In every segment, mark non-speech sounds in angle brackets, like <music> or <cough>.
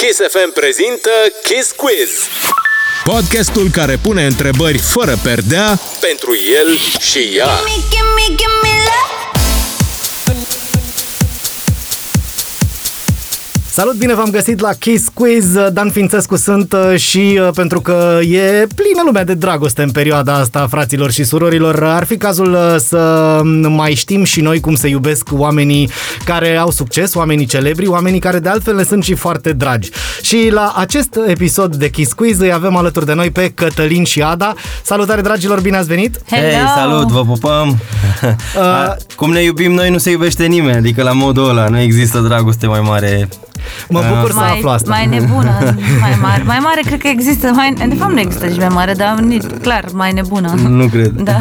Kiss FM prezintă Kiss Quiz. Podcastul care pune întrebări fără perdea Pentru el și ea. Salut, bine v-am găsit la Kiss Quiz. Dan Fințescu sunt uh, și uh, pentru că e plină lumea de dragoste în perioada asta, fraților și surorilor, ar fi cazul uh, să mai știm și noi cum se iubesc oamenii care au succes, oamenii celebri, oamenii care de altfel ne sunt și foarte dragi. Și la acest episod de Kiss Quiz îi avem alături de noi pe Cătălin și Ada. Salutare, dragilor, bine ați venit! Hello! Hei, salut, vă pupăm! Uh. A, Cum ne iubim noi, nu se iubește nimeni, adică la modul ăla, nu există dragoste mai mare. Mă bucur să mai, aflu asta. mai nebună, mai mare. Mai mare cred că există, mai, de fapt nu există și mai mare, dar nici, clar, mai nebună. Nu cred. Da.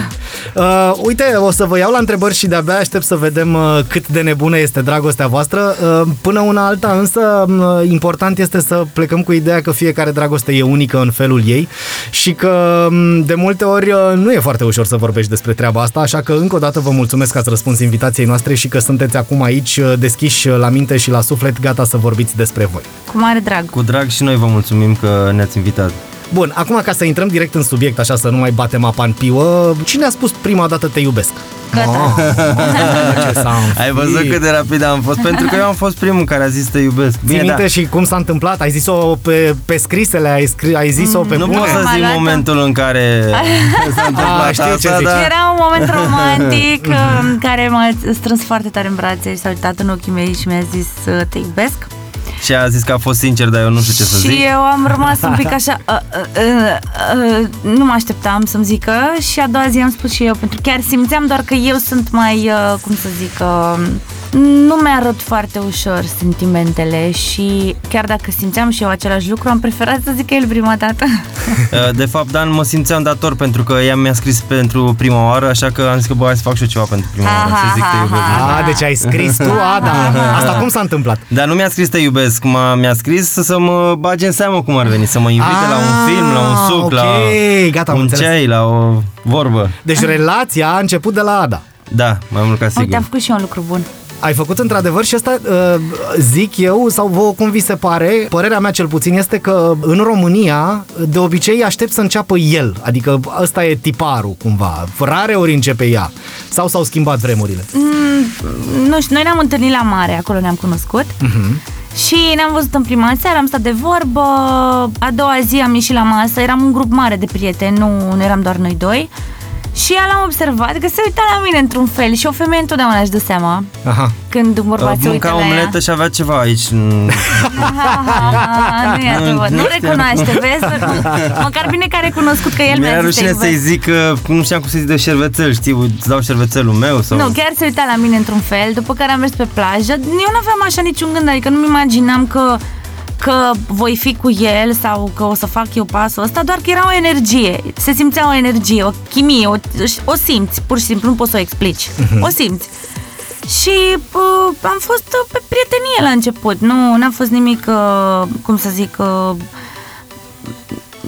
Uh, uite, o să vă iau la întrebări și de-abia aștept să vedem uh, cât de nebună este dragostea voastră. Uh, până una alta, însă, uh, important este să plecăm cu ideea că fiecare dragoste e unică în felul ei și că um, de multe ori uh, nu e foarte ușor să vorbești despre treaba asta, așa că încă o dată vă mulțumesc că ați răspuns invitației noastre și că sunteți acum aici uh, deschiși uh, la minte și la suflet, gata să vorbiți despre voi. Cu mare drag. Cu drag și noi vă mulțumim că ne-ați invitat. Bun, acum ca să intrăm direct în subiect, așa să nu mai batem apa în piuă, cine a spus prima dată te <laughs> iubesc? Gata. Oh. Ce s-a Ai înflit. văzut cât de rapid am fost? Pentru că eu am fost primul care a zis te iubesc. Ții Bine, minte da. da. și cum s-a întâmplat? Ai zis-o pe, pe scrisele, ai, scri, ai zis-o pe Mm, Nu bune? pot să Mai zic luat-o? momentul în <laughs> care s-a Ah, întâmplat știu ce asta, da. zici. dar... <laughs> Era un <laughs> moment romantic în care m-a strâns foarte tare în brațe și s-a uitat în ochii mei și mi-a zis "Uh, te iubesc. Și a zis că a fost sincer, dar eu nu știu ce să zic. Și eu am rămas un pic așa, uh, uh, uh, uh, nu mă așteptam să-mi zică și a doua zi am spus și eu, pentru că chiar simțeam doar că eu sunt mai, uh, cum să zic, uh, nu mi-arăt foarte ușor sentimentele și chiar dacă simțeam și eu același lucru, am preferat să zic el prima dată. <laughs> Uh, De fapt, Dan, mă simțeam dator pentru că ea mi-a scris pentru prima oară, așa că am zis că bă, hai să fac și eu ceva pentru prima oară, Aha, să zic te aha, iubesc. aha. A, deci ai scris tu, <laughs> Ada. Asta cum s-a întâmplat? Dar nu mi-a scris te iubesc, m-a, mi-a scris să, să mă bage în seamă cum ar veni, să mă invite la Ah, un film, la un suc, ok, la gata, am un înțeles. ceai, la o vorbă. Deci relația a început de la Ada. Da, mai mult ca Uite, sigur. am făcut și eu un lucru bun. Ai făcut într-adevăr și asta, uh, zic eu, sau vouă cum vi se pare, părerea mea cel puțin este că în România, de obicei, aștept să înceapă el. Adică ăsta e tiparul, cumva. Rare ori începe ea. Sau s-au schimbat vremurile. nu știu, noi ne-am întâlnit la mare, acolo ne-am cunoscut. Și ne-am văzut în prima seară, am stat de vorbă, a doua zi am ieșit la masă, eram un grup mare de prieteni, nu, nu eram doar noi doi. Și ea l-am observat că se uita la mine într-un fel și o femeie întotdeauna își dă seama Aha. când un bărbat se uită Mânca la ea. omletă și avea ceva aici. Mm, Aha, nu, e adevărat. Nu nu știam. recunoaște, vezi? <laughs> Măcar bine că a recunoscut că el mi-a Mi-era zis rușine exact. "Te să-i iubesc." zic că nu știam cum să-i zic de șervețel, știi, uite, îți dau șervețelul meu sau... Nu, chiar se uita la mine într-un fel, după care am mers pe plajă. Eu nu aveam așa niciun gând, adică nu-mi imaginam că că voi fi cu el sau că o să fac eu pasul ăsta, doar că era o energie. Se simțea o energie, o chimie, o, o simți, pur și simplu, nu poți să o explici. O simți. Și uh, am fost uh, pe prietenie la început, nu n-a fost nimic, uh, cum să zic, uh,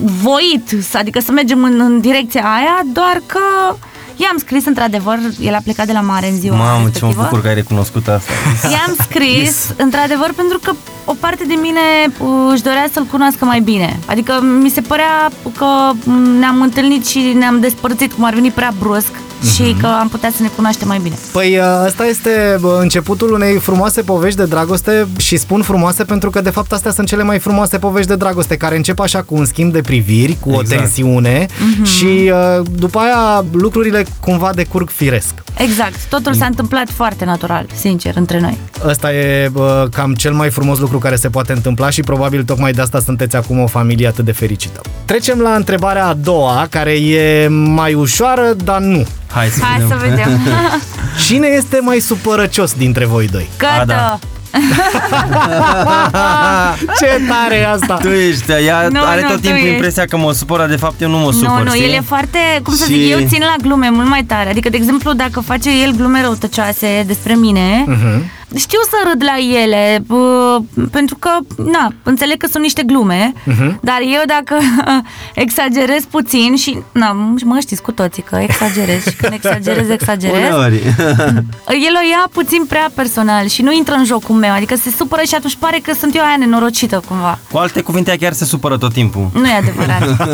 voit, să- adică să mergem în, în direcția aia, doar că i-am scris într-adevăr, el a plecat de la mare în ziua Mamă, ce mă respectivă. bucur că ai recunoscut <laughs> asta. <laughs> I-am scris, într-adevăr, pentru că o parte din mine uh, își dorea să-l cunoască mai bine. Adică mi se părea că m, ne-am întâlnit și ne-am despărțit, cum ar veni prea brusc, Mhm. și că am putea să ne cunoaștem mai bine. Păi asta este bă, începutul unei frumoase povești de dragoste și spun frumoase pentru că de fapt astea sunt cele mai frumoase povești de dragoste care încep așa cu un schimb de priviri, cu exact. o Exact. tensiune și uh, după aia lucrurile cumva decurg firesc. Exact, totul Mm. s-a întâmplat foarte natural, sincer, între noi. Ăsta e bă, cam cel mai frumos lucru care se poate întâmpla și probabil tocmai de asta sunteți acum o familie atât de fericită. Trecem la întrebarea a doua, care e mai ușoară, dar nu. Hai să Hai să vedem. vedem. <laughs> Cine este mai supărăcios dintre voi doi? Gata! Ada. Ce tare e asta! Tu ești, ea Nu, are nu, tot tu timpul ești. impresia că mă supără, de fapt eu nu mă supăr, nu, nu, știi? el e foarte, cum să Și- zic, eu țin Mhm. la glume mult mai tare. Adică, de exemplu, dacă face el glume răutăcioase despre mine, uh-huh. știu să râd la ele, p- pentru că, na, înțeleg că sunt niște glume, Mhm. uh-huh. dar eu dacă <laughs> exagerez puțin și, na, mă știți cu toții că exagerez și <laughs> când exagerez, exagerez, Uneori. <laughs> el o ia puțin prea personal și nu intră în jocul meu, adică se supără și atunci pare că sunt eu aia nenorocită cumva. Cu alte cuvinte, ea chiar se supără tot timpul. Nu e <laughs> adevărat.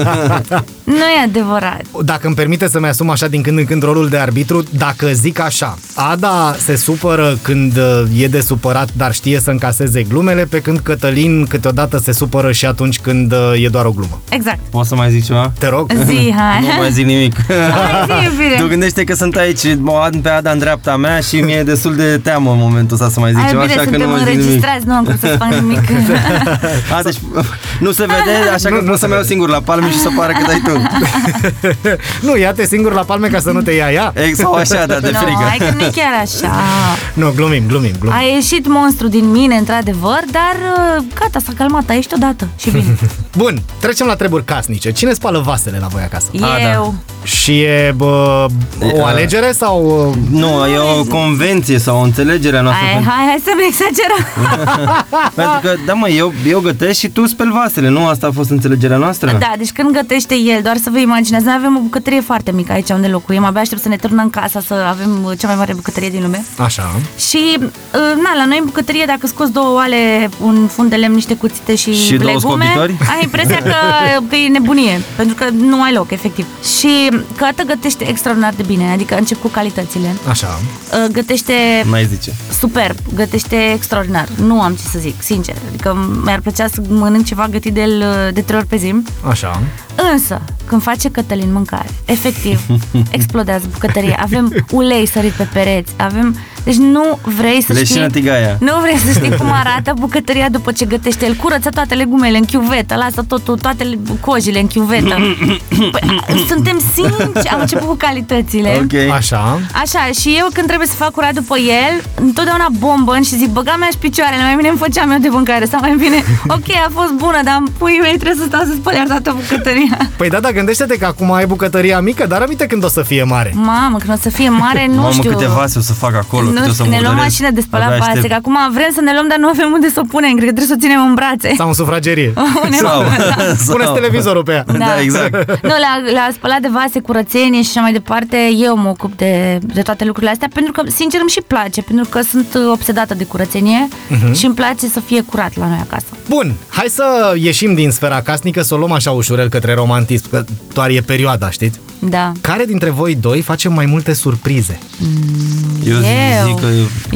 nu e adevărat. Dacă îmi permite să-mi asum așa din când în când rolul de arbitru, dacă zic așa, Ada se supără când uh, e de supărat, dar știe să încaseze glumele, pe când Cătălin câteodată se supără și atunci când uh, e doar o glumă. Exact. Poți să mai zic ceva? Te rog? Zi, hai. Nu mai zic nimic. Hai, zi, iubire. Tu gândește că sunt aici, mă ad pe Ada în dreapta mea și mi-e destul de teamă în momentul ăsta să mai zic Ai, ceva, bine, așa că nu suntem mai zic nimic. înregistrați, nu am cum să fac nimic. <laughs> A, deci, nu se vede, așa Nu- că nu nu se să mă iau vede. singur la palme și să pară că dai tu. nu, ia-te singur la palme ca să nu te ia ea. Ex sau așa, dar da, de <laughs> nu, hai frică. că nu e chiar așa. Nu, glumim, glumim, glumim. A ieșit monstru din mine, într-adevăr, dar uh, gata, s-a calmat, a ieșit odată și bine. Bun, trecem la treburi casnice. Cine spală vasele la voi acasă? <laughs> A, da. Eu, Și e bă, o a- alegere sau... uh, Nu, e o convenție sau o înțelegere a noastră. hai, pentru- hai, hai să nu exagerăm. <laughs> Pentru că, da mă, eu, eu gătesc și tu speli vasele, nu? Asta a fost înțelegerea noastră? Da, deci când gătește el, doar să vă imaginați, noi avem o bucătărie foarte mică aici unde locuim, abia aștept să ne turnăm casa, să avem uh, cea mai mare bucătărie din lume. Așa. Și, uh, na, la noi în bucătărie, dacă scoți două oale, un fund de lemn, niște cuțite și, Și două legume, scobitori? ai impresia <laughs> că, că e nebunie, pentru că nu ai loc, efectiv. Și Cătă gătește extraordinar de bine, adică încep cu calitățile. Așa. Uh, Gătește Mai zice. superb, gătește extraordinar. Nu am ce să zic, sincer. Adică mi-ar plăcea să mănânc ceva gătit de el uh, de trei ori pe zi. Așa. Însă, când face Cătălin mâncare, <laughs> efectiv, explodează bucătăria. Avem ulei sărit pe pereți, avem... Deci nu vrei să Leșină știi... tigaia. Nu vrei să știi <laughs> cum arată bucătăria după ce gătește el. Curăță toate legumele în chiuvetă, lasă totul, toate le- cojile în <coughs> chiuvetă. Păi, a- suntem sinceri, am început cu calitățile. Ok. Așa. Așa, și eu când trebuie să fac curat după el, întotdeauna bombă și zic, băga mea și picioarele, mai bine îmi făceam eu de mâncare, sau mai <laughs> bine, ok, a fost bună, dar puii mei trebuie să stau să spăl iar toată bucătăria. Păi da, da, gândește-te că acum ai bucătăria mică, dar aminte când o să fie mare. Mamă, când o să fie mare, nu Mamă, știu. câte vase o să fac acolo, câte o nu să știu, ne luăm murdăresc. mașină de spălat Abia vase, aștept. că acum vrem să ne luăm, dar nu avem unde să o punem, cred că trebuie să o ținem în brațe. Sau în sufragerie. Ah. <laughs> Sau, sau. Puneți televizorul pe ea. <laughs> Da, exact. Nu, la, la spălat de vase, curățenie și așa mai departe, eu mă ocup de, de toate lucrurile astea, pentru că, sincer, îmi și place, pentru că sunt uh, obsedată de curățenie Mhm. uh-huh. și îmi place să fie curat la noi acasă. Bun, hai să ieșim din sfera casnică, să o luăm așa ușurel către romantism, că doar e perioada, știți? Da. Care dintre voi doi face mai multe surprize? Eu zic, zic că...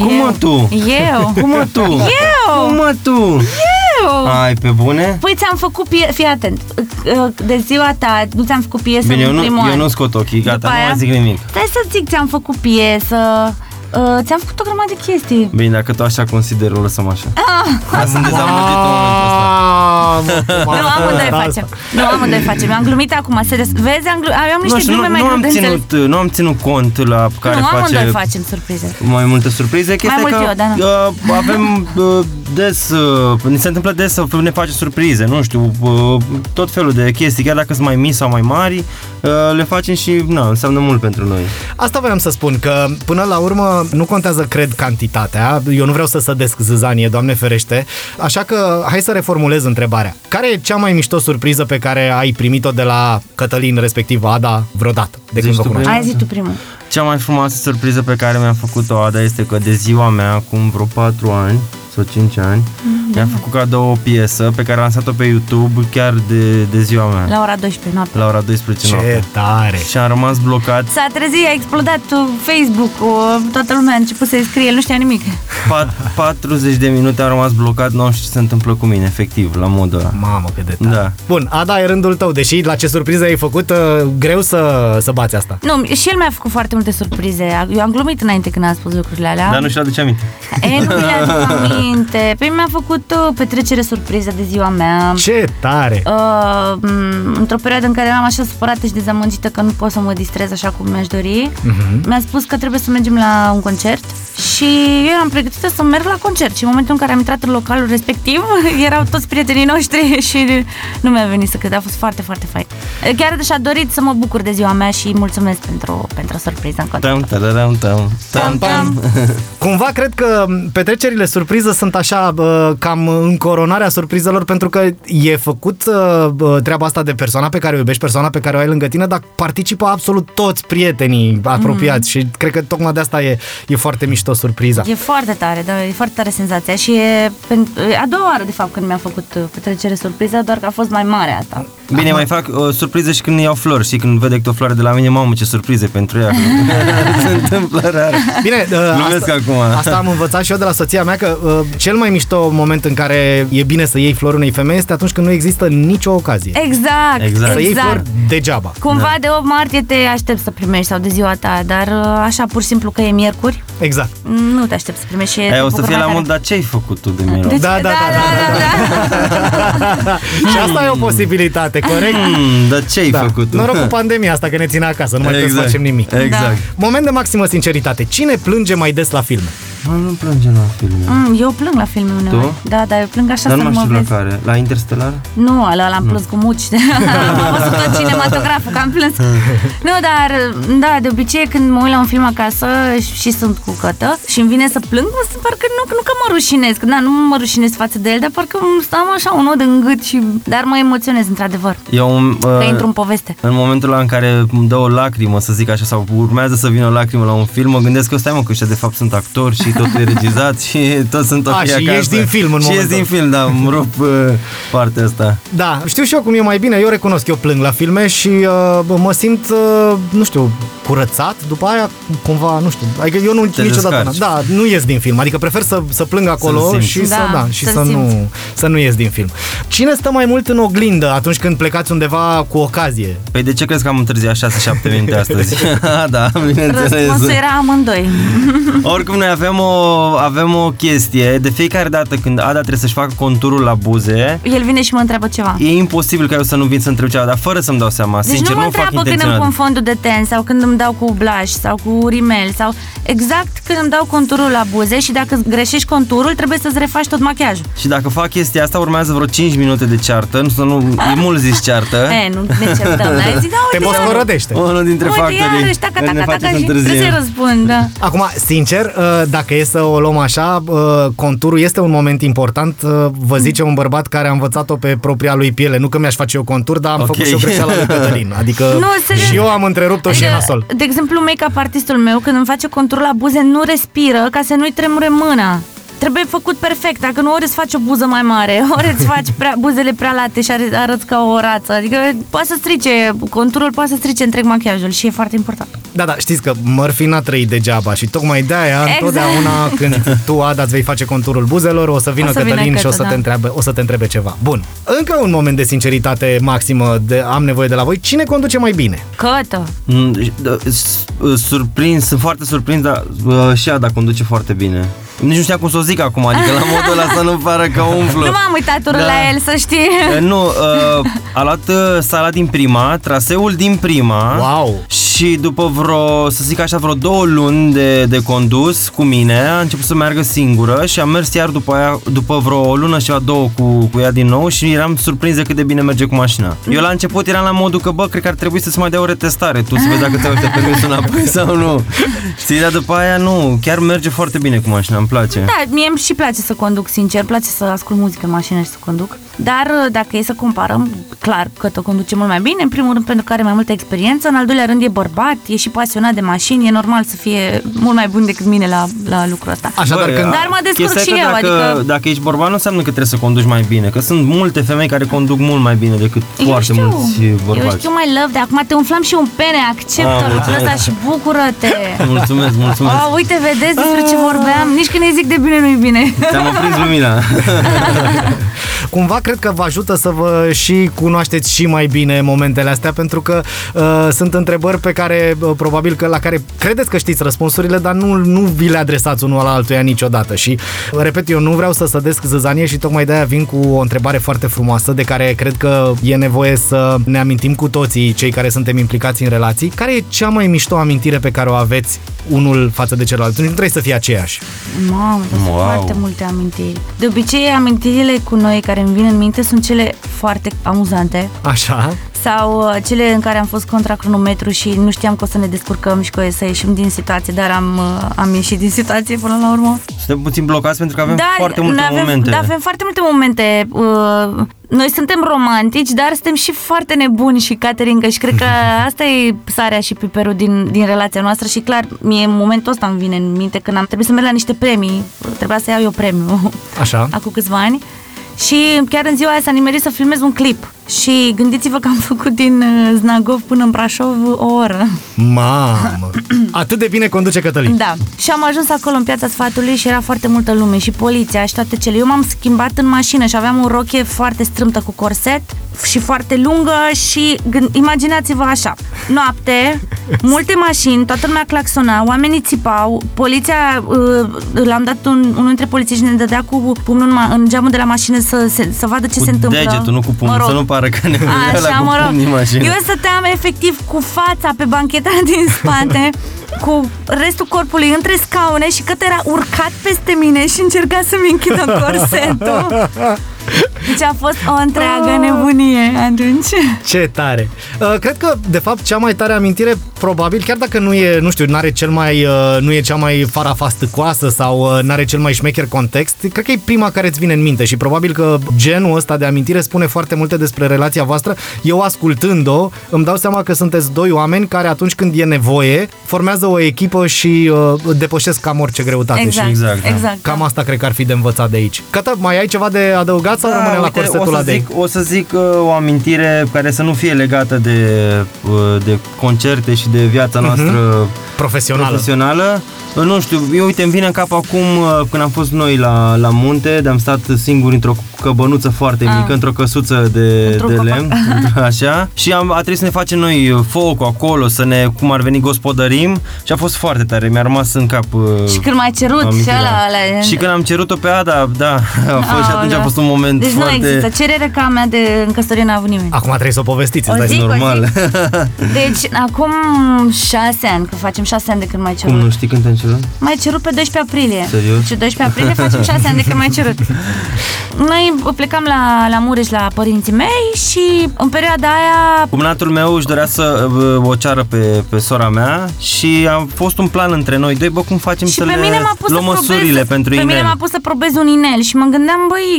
Cum eu, mă tu? <laughs> Eu. Cum mă tu? <laughs> Eu. Cum mă tu? Eu. Ai, pe bune? Păi ți-am făcut pie... Fii atent. De ziua ta nu ți-am făcut piesă Bine, eu în primul nu, eu an. nu scot ochii, După gata, nu aia- mai zic nimic. Stai să zic, ți-am făcut piesă, uh, ți-am făcut o grămadă de chestii. Bine, dacă tu așa consideri, o lăsăm așa. Ah, sunt dezamăgit în momentul ăsta. Ah, Nu, ă, amândoi Asta. facem. Nu, amândoi facem. Mi-am glumit acum, serios. Vezi, am, glu- am niște Nu știu, glume nu, mai nu, greu am de înțeles. ținut, nu am ținut cont la care nu, amândoi face facem surprize. mai multe surprize. Chestia mult că eu, da, nu. uh, avem uh, des, uh, ni se întâmplă des să ne face surprize, nu știu, uh, tot felul de chestii, chiar dacă sunt mai mici sau mai mari, uh, le facem și, na, înseamnă mult pentru noi. Asta voiam să spun, că până la urmă nu contează, cred, cantitatea. Eu nu vreau să sădesc zâzanie, doamne ferește. Așa că hai să reformulez întrebarea. Care e cea mai mișto surpriză pe care ai primit-o de la Cătălin, respectiv Ada, vreodată? De Zici când vă tu cunoaște? prima? Hai zi tu primul. Cea mai frumoasă surpriză pe care mi-a făcut-o Ada este că de ziua mea, acum vreo 4 ani sau 5 ani, mi-a făcut cadou o piesă pe care a lansat-o pe YouTube chiar de, de ziua mea, la, La ora 12 noapte. ora 12 Ce noapte. tare! Și am rămas blocat S-a trezit, a explodat uh, Facebook-ul, toată lumea a început să-i scrie, el nu știa nimic. pat- 40 de minute, am rămas blocat, nu știu ce se întâmplă cu mine, efectiv, la modul ăla. Mamă, cât de tare. Da. Bun, Ada, e rândul tău, deși la ce surpriză ai făcut, uh, greu să, să bați asta. Nu, și el mi-a făcut foarte multe surprize. Eu am glumit înainte când am spus lucrurile alea. Dar nu știu aduce aminte. E, nu mi le aduc aminte. Păi mi-a făcut făcut o petrecere surpriză de ziua mea. Ce tare! Uh, m, într-o perioadă în care eram așa supărată și dezamăgită că nu pot să mă distrez așa cum mi-aș dori, uh-huh. mi-a spus că trebuie să mergem la un concert și eu eram pregătită să merg la concert și în momentul în care am intrat în localul respectiv, <laughs> erau toți prietenii noștri <laughs> și nu mi-a venit să cred, a fost foarte, foarte fain. Chiar și-a dorit să mă bucur de ziua mea și mulțumesc pentru, pentru surpriză în concert. Tam, tararam, tam, tam, tam. Cumva cred că petrecerile surpriză sunt așa bă, cam încoronarea surprizelor pentru că e făcut uh, bă, treaba asta de persoana pe care o iubești, persoana pe care o ai lângă tine, dar participă absolut toți prietenii apropiați și cred că tocmai de asta e, e foarte mișto surpriza. E foarte tare, da, e foarte tare senzația și e pen- e a doua oară, de fapt, când mi-am făcut uh, petrecere surpriză, doar că a fost mai mare asta. Bine, mai fac o surpriză și când iau flori și când vede câte o floare de la mine, mamă, ce surprize pentru <laughs> ea. Se întâmplă rar. Bine, uh, Glumesc asta, acum. asta am învățat și eu de la soția mea că uh, cel mai mișto moment în care e bine să iei flori unei femei este atunci când nu există nicio ocazie. Exact, Exact. exact. Să iei flori degeaba. Da. Cumva de 8 martie te aștept să primești sau de ziua ta, dar uh, așa pur și simplu că e miercuri, Exact. nu te aștept să primești și E, te o să bucur fie mai la tare. mod, dar ce ai făcut tu de miros? Deci, Da, da, da, da, da, da, da. <laughs> Și asta e o posibilitate, corect? Hmm, dar ce ai Da. făcut tu? <laughs> Noroc cu pandemia asta că ne ține acasă, nu mai putem să facem nimic. Exact. Moment de maximă sinceritate. Cine plânge mai des la filme? Da. Mă, nu plânge la filme. Mm, Eu plâng la filmul uneori. Tu? Da, da, eu plâng așa Dar să nu nu mai mă știu la vezi. care. La Interstellar? Nu, ăla l-am plâns cu muci. am văzut tot cinematograful, că am plâns. nu, dar, da, de obicei când mă uit la un film acasă și, și sunt cu cătă și îmi vine să plâng, mă simt parcă nu, nu că mă rușinez, că da, nu mă rușinez față de el, dar parcă îmi stau așa un nod în gât și... Dar mă emoționez, într-adevăr, Eu, um, că uh, intru în poveste. în momentul ăla în care îmi dă o lacrimă, să zic așa, sau urmează să vină o lacrimă la un film, mă gândesc că stai mă, că ăștia de fapt sunt actori și totul <laughs> e regizat și toți sunt ok A, și acasă. ești din film în Și ești momentul din film, da, îmi rup uh, partea asta. Da, știu și eu cum e mai bine, eu recunosc, eu plâng la filme și uh, bă, mă simt, uh, nu știu, curățat, după aia cumva, nu știu, adică eu nu, niciodată, descarci. da, nu ies din film, adică prefer să, să plâng acolo simți. și, să, Da, da, și să-l să, nu, să nu ies din film. Cine stă mai mult în oglindă atunci când plecați undeva cu ocazie? Păi de ce crezi că am întârziat 6-7 minute astăzi? <laughs> da, bineînțeles. Răspunsul era amândoi. Oricum, noi avem o, avem o chestie. De fiecare dată când Ada trebuie să-și facă conturul la buze, El vine și mă întreabă ceva. e imposibil ca eu să nu vin să întreb ceva, dar fără să-mi dau seama. Deci Sincer, nu mă nu, fac întreabă când îmi intenționat. pun fondul de ten sau când îmi dau cu blush sau cu rimel sau exact când îmi dau conturul la buze și dacă îți greșești conturul trebuie să-ți refaci tot machiajul. Și dacă fac chestia asta, urmează vreo 5 minute de ceartă. Nu, să nu e mult zis <laughs> ceartă. E, nu ne <laughs> certăm, dar ai zis, da, Te uite, moscorodește. Unul dintre Eh. uite, factorii iarăși, taca, care ne taca, face taca să și trebuie să-i întârziem. răspund, da. Acum, sincer, uh, dacă e să o luăm așa, uh, conturul este un moment important. Uh, Vă zice un bărbat care a învățat-o pe propria lui piele. Nu că mi-aș face eu contur, dar am Ok. okay. făcut și o greșeală lui Cătălin. Adică <laughs> Nu, serios. Adică- și eu am întrerupt-o și e nasol. de exemplu, make-up artistul meu, când îmi face contur la buze, nu respiră ca să nu-i tremure mâna. Trebuie făcut perfect, dacă nu ori îți faci o buză mai mare, <laughs> ori îți faci prea, buzele prea late și are- arăți ca o rață. Adică poate să strice conturul, poate să strice întreg machiajul și e foarte important. Da, da, știți că Murphy n-a trăit degeaba și tocmai de-aia Exact. întotdeauna când tu, Ada, îți vei face conturul buzelor, o să vină O să vină Cătălin și o să, Cătă, te da. întrebe, o să te întrebe ceva. Bun, încă un moment de sinceritate maximă de am nevoie de la voi. Cine conduce mai bine? Cătă! Mm, și- da, s- Surprins, sunt foarte surprins, dar uh, și Ada conduce foarte bine. Nici nu știam cum să o zic acum, adică la modul ăla să nu pară că umflu. Nu m-am uitat urât Da. la el, să știi. Uh, Nu, uh, a luat uh, sala din prima, traseul din prima Wow! și după vreo, să zic așa, vreo două luni de, de condus cu mine, a început să meargă singură și am mers iar după, aia, după vreo lună și la două cu, cu ea din nou și eram surprins de cât de bine merge cu mașina. Eu la început eram la modul că, bă, cred că ar trebui să-ți mai dea o retestare, tu să vezi dacă te uite permis înapoi sau nu. Știi, dar după aia nu, chiar merge foarte bine cu mașina, îmi place. Da, mie îmi și place să conduc, sincer, îmi place să ascult muzică în mașină și să conduc. Dar uh, dacă e să comparăm, clar că te conduce mult mai bine, în primul rând pentru că are mai multă experiență, în al doilea rând e bărbat, e și pasionat de mașini, e normal să fie mult mai bun decât mine la, la lucrul ăsta. Așadar, Băi, când... Dar mă descurc chestia e și că eu, dacă, adică- Dacă ești bărbat, nu înseamnă că trebuie să conduci mai bine, că sunt multe femei care conduc mult mai bine decât Eu foarte știu, mulți Eu bărbați. știu, mai love, de acum te umflam și un pene, acceptă Ah, lucrul ăsta mulțumesc. și bucură-te. Mulțumesc, mulțumesc. Oh, uite, vedeți despre ce vorbeam? Nici când îi zic de bine, nu-i bine. Ți-am aprins lumina. Cumva cred că vă ajută să vă și cunoașteți și mai bine momentele astea, pentru că uh, sunt întrebări pe care uh, probabil că la care credeți că știți răspunsurile, dar nu, nu vi le adresați unul la altuia niciodată. Și, uh, repet, eu nu vreau să sădesc zăzanie și tocmai de-aia vin cu o întrebare foarte frumoasă de care cred că e nevoie să ne amintim cu toții cei care suntem implicați în relații. Care e cea mai mișto amintire pe care o aveți unul față de celălalt? Nu trebuie să fie aceeași. Mamă, dar Wow. sunt foarte multe amintiri. De obicei, amintirile cu noi care îmi vin în minte sunt cele foarte amuzante Așa? sau uh, cele în care am fost contra cronometru și nu știam că o să ne descurcăm și că o să ieșim din situație, dar am, uh, am ieșit din situație până la urmă. Suntem puțin blocați pentru că avem dar foarte multe avem, momente. Da, avem foarte multe momente. Uh, Noi suntem romantici, dar suntem și foarte nebuni și Caterinca și <laughs> cred că asta e sarea și piperul din, din relația noastră și clar, mie în momentul ăsta îmi vine în minte când am trebuit să merg la niște premii, trebuia să iau eu premiu Da. Așa. <laughs> acum câțiva ani și chiar în ziua aia s-a nimerit să filmez un clip și gândiți-vă că am făcut din uh, Znagov până în Brașov o oră. Mamă! <clears throat> Atât de bine conduce Cătălin. Da. Și am ajuns acolo în piața sfatului și era foarte multă lume și poliția și toate cele. Eu m-am schimbat în mașină și aveam o rochie foarte strâmtă cu corset și foarte lungă și gând- imaginați-vă așa. <laughs> Noapte, multe mașini, toată lumea claxona, oamenii țipau, poliția, uh, l-am dat un, unul dintre polițiști și ne dădea cu pumnul în, ma- în geamul de la mașină să, se, să vadă ce cu se întâmplă. degetul, nu cu pumnul, Mă rog. să nu pară că ne vedea la Așa, cu mă rog. pumnii în mașină. Eu stăteam efectiv cu fața pe bancheta <laughs> din spate, cu restul corpului între scaune și cât era urcat peste mine și încerca să-mi închidă <laughs> corsetul. Deci a fost o întreagă nebunie atunci. Ce tare! Uh, Cred că, de fapt, cea mai tare amintire, probabil, chiar dacă nu e, nu știu, n-are cel mai, uh, nu e cea mai farafastăcoasă sau uh, n-are cel mai șmecher context, cred că e prima care îți vine în minte și probabil că genul ăsta de amintire spune foarte multe despre relația voastră. Eu, ascultând-o, îmi dau seama că sunteți doi oameni care, atunci când e nevoie, formează o echipă și uh, depășesc cam orice greutate. Exact, Și exact, exact. da. exact. cam asta cred că ar fi de învățat de aici. Cătă, mai ai ceva de adăugat Da, sau Ah, rămâne la uite, corsetul o ăla să de zic, O să zic uh, o amintire care să nu fie legată de, uh, de concerte și de viața Mhm. noastră profesională? profesională. Uh, Nu știu, eu uite, îmi vine în cap acum uh, când am fost noi la, la munte, de-am stat singur într-o căbănuță foarte Ah. mică, într-o căsuță de, Într-un de copac. <laughs> lemn, într- așa, și am, a trebuit să ne facem noi uh, focul acolo, să ne, cum ar veni, gospodărim și a fost foarte tare, mi-a rămas în cap uh, Și când m-ai cerut și amintirea. ăla, ăla da. Și când am cerut-o pe Ada, da, <laughs> a fost, și atunci a Aoleu. fost un moment Deci foarte... nu există. Cerere ca a mea de în căsătorie n-a avut nimeni. Acum trebuie să o povestiți, O îți dai zi? seama. normal. Deci, acum șase ani, că facem șase ani de când m-ai <laughs> cerut. Cum nu știi când te-am cerut? Mai cerut pe 12 aprilie. Serios? Și 12 aprilie facem 6 ani de când mai cerut. Noi plecam la, la Mureș la părinții mei și în perioada aia Cumnatul meu își dorea să uh, o ceară pe, pe sora mea și a fost un plan între noi doi, bă, cum facem și să pe le mine m-a pus luăm să probez, măsurile pentru pe inel. mine m-a pus să probez un inel și mă gândeam, băi,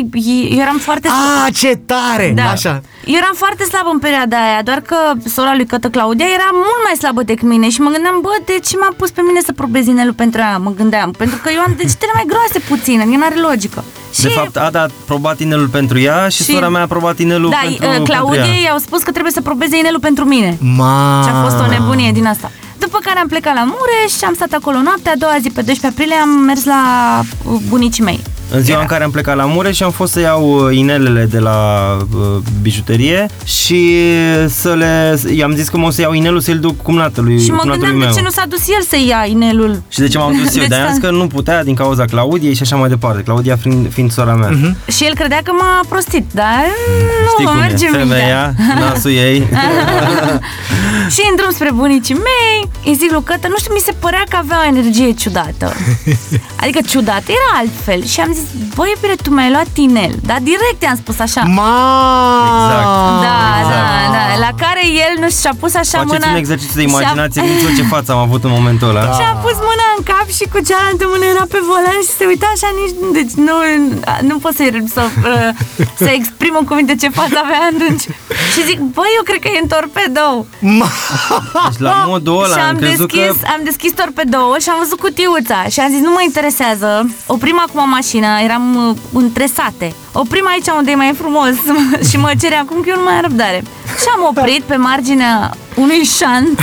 eu eram foarte Ah, A, ce tare! Da. Așa. Eu eram foarte slabă în perioada aia, doar că sora lui Cătă Claudia era mult mai slabă decât mine și mă gândeam, bă, de ce m-a pus pe mine să probez inelul pentru ea? Mă gândeam, pentru că eu am degetele mai groase puțin, adică n-are logică. Și De fapt, Ada a probat inelul pentru ea și, Și- sora mea a probat inelul da, pentru, uh, pentru Claudiei ea. i-au spus că trebuie să probeze inelul pentru mine. Ma. Ah. Și a fost o nebunie din asta. După care am plecat la Mureș și am stat acolo noaptea, a doua zi pe 12 aprilie am mers la uh, bunicii mei. În ziua în care am plecat la Mureș și am fost să iau uh, inelele de la uh, bijuterie și să le... I-am zis că mă o să iau inelul să-l duc cumnatului, Și mă cumnatului gândeam meu. de ce nu s-a dus el să ia inelul. Și de ce m-am <laughs> dus eu? Deci Dar i-am s-a- zis că nu putea din cauza Claudiei și așa mai departe. Claudia fiind, fiind sora mea. Mm-hmm. Și el credea că m-a prostit, dar mm, nu mă merge mintea. Femeia, nasul ei. <laughs> Și în drum spre bunicii mei, îi zic lui Cătă, nu știu, mi se părea că avea o energie ciudată. <laughs> Adică ciudată, era altfel. Și am zis, băi, iubire, tu mi-ai luat inel. Dar direct i-am spus așa. Ma. Exact. Da, da, da, la care el nu știu, și-a pus așa Faceți mâna un exercițiu de și-a- imaginație, gândiți-vă ce față am avut în momentul ăla. Da. <laughs> Și-a pus mâna în cap și cu cealaltă mână era pe volan și se uita așa nici... Deci nu, nu pot să, să, <laughs> uh, să exprim în cuvinte ce față avea atunci. Și zic, băi, eu cred că e în torpedou. Ma. Deci la modul Oh, și ăla am am crezut deschis, că... am deschis torpedou și am văzut cutiuța și am zis, nu mă interesează, oprim acum mașina, eram uh, între sate. Oprim aici unde e mai frumos <laughs> și mă cere acum că eu nu mai am răbdare. Și am oprit pe marginea unui șanț.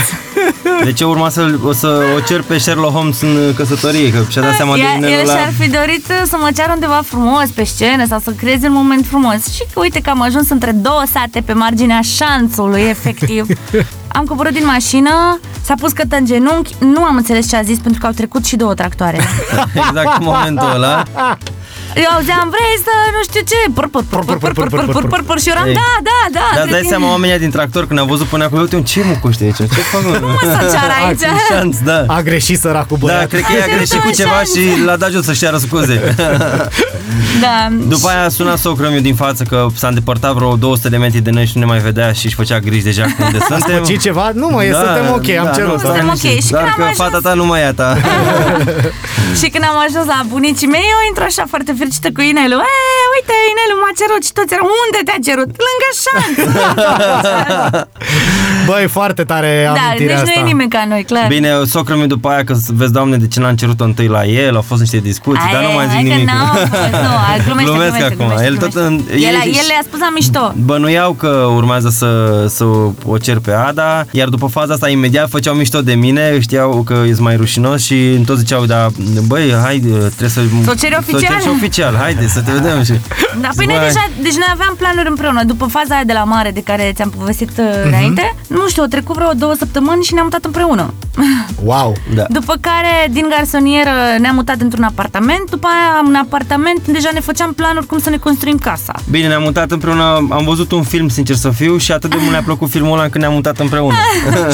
Deci eu urma să, o să o cer pe Sherlock Holmes în căsătorie, că și-a dat seama de Ea- inelul El ăla. și-ar fi dorit uh, să mă ceară undeva frumos, pe scenă sau să creeze un moment frumos. Și că uite că am ajuns între două sate pe marginea șanțului, efectiv. Am coborât din mașină, s-a pus cătă în genunchi, nu am înțeles ce a zis pentru că au trecut și două tractoare. <laughs> Exact în momentul ăla. Eu auzeam, vrei să nu știu ce, pur, pur, pur, pur, pur, pur, pur, pur, pur, pur, și eu eram, Ei. da, da, da. Dar trebuie dai din- seama oamenii din tractor când au văzut până acolo, uite, ce mucoște aici? <laughs> Ce fac? mă? Cum să ceară Ai aici? un șanț, da. A greșit săracul Da, băiat. cred că i-a Uite, greșit uite, cu un ceva șanț. și l-a dat jos să-și ceară scuze. Da. După aia a sunat socrul meu din față că s-a îndepărtat vreo 200 de metri de noi și nu ne mai vedea și își făcea griji deja că unde suntem. Ci ceva? Nu mă, da, suntem ok, am da, cerut. nu, da. stai Suntem ok. liniștit. Și Dar când că am ajuns- fata ta nu mai e a <laughs> ta. Și când am ajuns la bunicii mei, eu intru așa foarte fericită cu Inelu. E, uite, Inelu m-a cerut și toți erau, unde te-a cerut? Lângă <laughs> șanț. Băi, foarte tare da, deci amintirea nu asta. e nimeni ca noi, clar. Bine, socrul meu după aia că vezi, doamne, de ce n-am cerut-o întâi la el, au fost niște discuții, dar nu mai zic hai că nimic. <laughs> n-am fost, nu, a- glumește, Glumesc glumește, acum. glumește, El tot glumește. în- el, ei- el le-a spus la mișto. Bănuiau că urmează să, să o cer pe Ada, iar după faza asta imediat făceau mișto de mine, știau că e mai rușinos și toți ziceau, da, băi, hai, trebuie să... Să o ceri Să o oficial? ceri și oficial, haide, să te vedem. Și... Da, păi noi Băi. deja, deci noi aveam planuri împreună După faza aia de la mare de care ți-am povestit uh, Mhm. înainte Nu știu, au trecut vreo două săptămâni și ne-am mutat împreună <laughs> Wow. Da. După care, din garsonieră, ne-am mutat într-un apartament După aia, în apartament, deja ne făceam planuri cum să ne construim casa Bine, ne-am mutat împreună, am văzut un film, sincer să fiu, și atât de mult ne-a plăcut filmul ăla când ne-am mutat <laughs> împreună.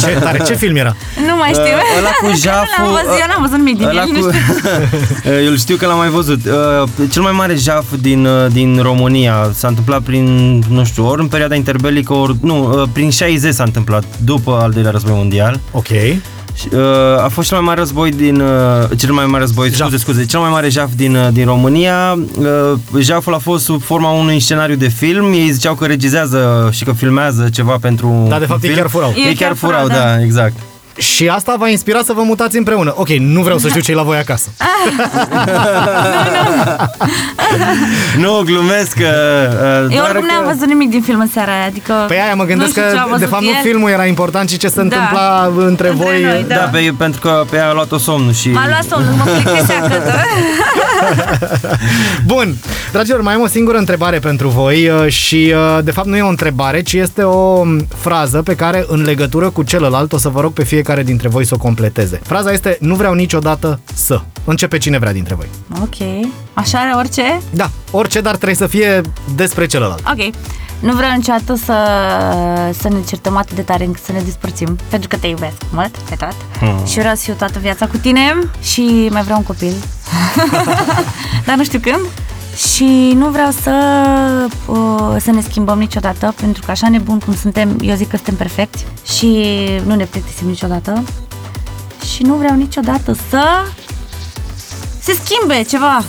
Ce tare, ce film era? Nu mai știu Uh, ăla <laughs> cu jaful, Nu l-am văzut, eu n-am văzut nimic din Ăla el, nu știu <laughs> Eu îl știu că l-am mai văzut. Uh, Cel mai mare jaf din, uh, din România s-a întâmplat prin, nu știu, ori în perioada interbelică, ori, nu, uh, prin 60 s-a întâmplat, după al doilea război mondial. Ok. Și, uh, A fost cel mai mare război din uh, cel mai mare război, scuze, scuze, cel mai mare jaf din, uh, din România. Uh, Jaful a fost sub forma unui scenariu de film. Ei ziceau că regizează și că filmează ceva pentru Dar Da, de fapt un ei film. chiar furau. E Ei chiar furau, da, exact. Și asta v-a inspirat să vă mutați împreună. Ok, nu vreau Da. să știu ce la voi acasă. Nu, glumesc că... Uh, <laughs> Eu doar oricum că- n-am văzut nimic din film în seara aia Adică, Pe Păi aia mă gândesc nu știu ce a că de văzut fapt nu el. filmul era important, ci ce se întâmpla între Între voi. noi, Da, Da. pe, pentru că pe ea a luat-o somnul și... M-a luat somnul, mă plictisea că Bun, dragilor, mai am o singură întrebare pentru voi uh, și uh, de fapt nu e o întrebare, ci este o mm, frază pe care în legătură cu celălalt o să vă rog pe fiecare dintre voi să o completeze. Fraza este nu vreau niciodată să. Începe cine vrea dintre voi. <laughs> Ok, așa are orice? Da, orice, dar trebuie să fie despre celălalt. Ok. Nu vreau niciodată să, să ne certăm atât de tare încât să ne despărțim, pentru că te iubesc mult, pe tot. Hmm. Și vreau să fiu toată viața cu tine și mai vreau un <laughs> copil. Dar nu știu când. Și nu vreau să, uh, să ne schimbăm niciodată, pentru că așa nebun cum suntem, eu zic că suntem perfecti și nu ne plictisim niciodată. Și nu vreau niciodată să se schimbe ceva.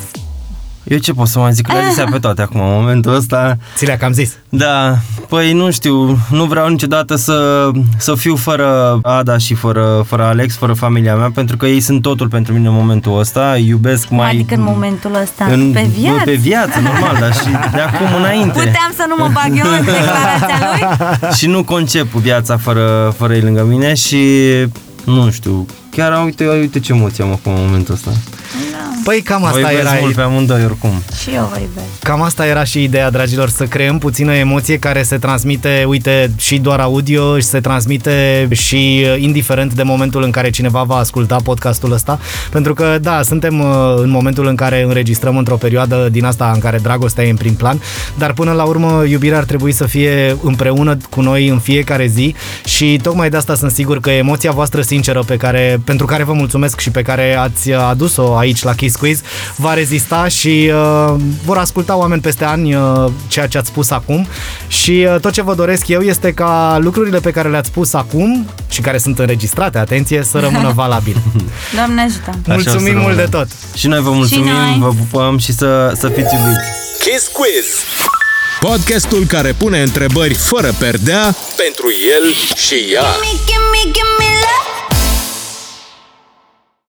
Eu ce pot să mai zic? Le-a <laughs> zis ea pe toate acum, în momentul ăsta. Ți le-a cam zis. Da, păi nu știu, nu vreau niciodată să, să fiu fără Ada și fără, fără Alex, fără familia mea, pentru că ei sunt totul pentru mine în momentul ăsta, îi iubesc mai... adică în momentul ăsta, în- pe viață. Pe viață, normal, dar și de acum înainte. Puteam să nu mă bag eu în declarația lui? și nu concep viața fără, fără ei lângă mine și nu știu, chiar uite, uite ce emoție am acum în momentul ăsta. Păi cam Vă asta iubesc era mult pe amândoi oricum. Și eu vă iubesc. Cam asta era și ideea, dragilor, să creăm puțină emoție care se transmite, uite, și doar audio, și se transmite și uh, indiferent de momentul în care cineva va asculta podcastul ăsta, pentru că, da, suntem uh, în momentul în care înregistrăm într-o perioadă din asta în care dragostea e în prim plan, dar până la urmă iubirea ar trebui să fie împreună cu noi în fiecare zi și tocmai de asta sunt sigur că emoția voastră sinceră pe care, pentru care vă mulțumesc și pe care ați adus-o aici la Kiss Quiz va rezista și uh, vor asculta oameni peste ani uh, ceea ce ați spus acum și uh, tot ce vă doresc eu este ca lucrurile pe care le-ați spus acum și care sunt înregistrate, atenție, să <laughs> rămână valabile. Doamne ajută! Așa o să Mulțumim mult rămână. de tot! Și noi vă mulțumim, noi. vă pupăm și să, să fiți iubiți. Kiss Quiz. Podcastul care pune întrebări fără perdea Pentru el și ea. Gimme, gimme, gimme love.